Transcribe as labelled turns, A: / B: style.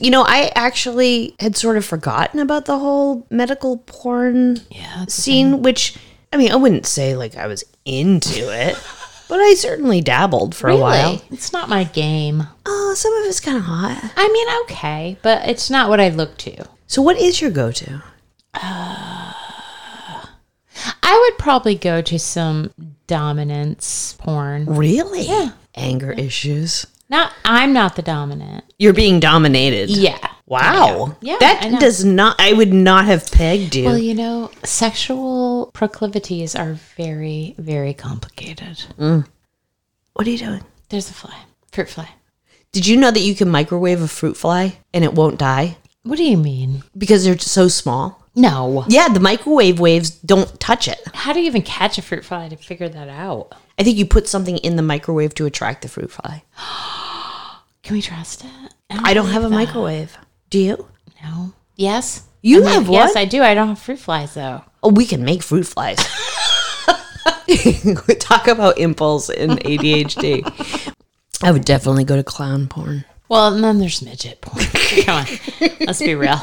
A: You know, I actually had sort of forgotten about the whole medical porn
B: Yeah, it's
A: scene, which I mean, I wouldn't say like I was into it, but I certainly dabbled for a while.
B: Really? It's not my game.
A: Oh, some of it's kind of hot.
B: I mean, okay, but it's not what I look to.
A: So, what is your go-to?
B: I would probably go to some dominance porn.
A: Really?
B: Yeah.
A: Anger issues.
B: Not I'm not the dominant.
A: You're being dominated.
B: Yeah.
A: Wow.
B: Yeah, I
A: That
B: know.
A: does not. I would not have pegged you.
B: Well, you know, sexual proclivities are very, very complicated.
A: what are you doing?
B: There's a fly, fruit fly.
A: Did you know that you can microwave a fruit fly and it won't die
B: What do you mean?
A: because they're so small?
B: No.
A: Yeah, the microwave waves don't touch it.
B: How do you even catch a fruit fly to figure that out?
A: I think you put something in the microwave to attract the fruit fly.
B: Oh Can we trust it?
A: I don't have a microwave. Do you?
B: No. Yes.
A: You
B: I mean,
A: have
B: Yes,
A: one?
B: I do. I don't have fruit flies though.
A: Oh, we can make fruit flies. Talk about impulse and ADHD. I would definitely go to clown porn.
B: Well, and then there's midget porn. Come on, let's be real.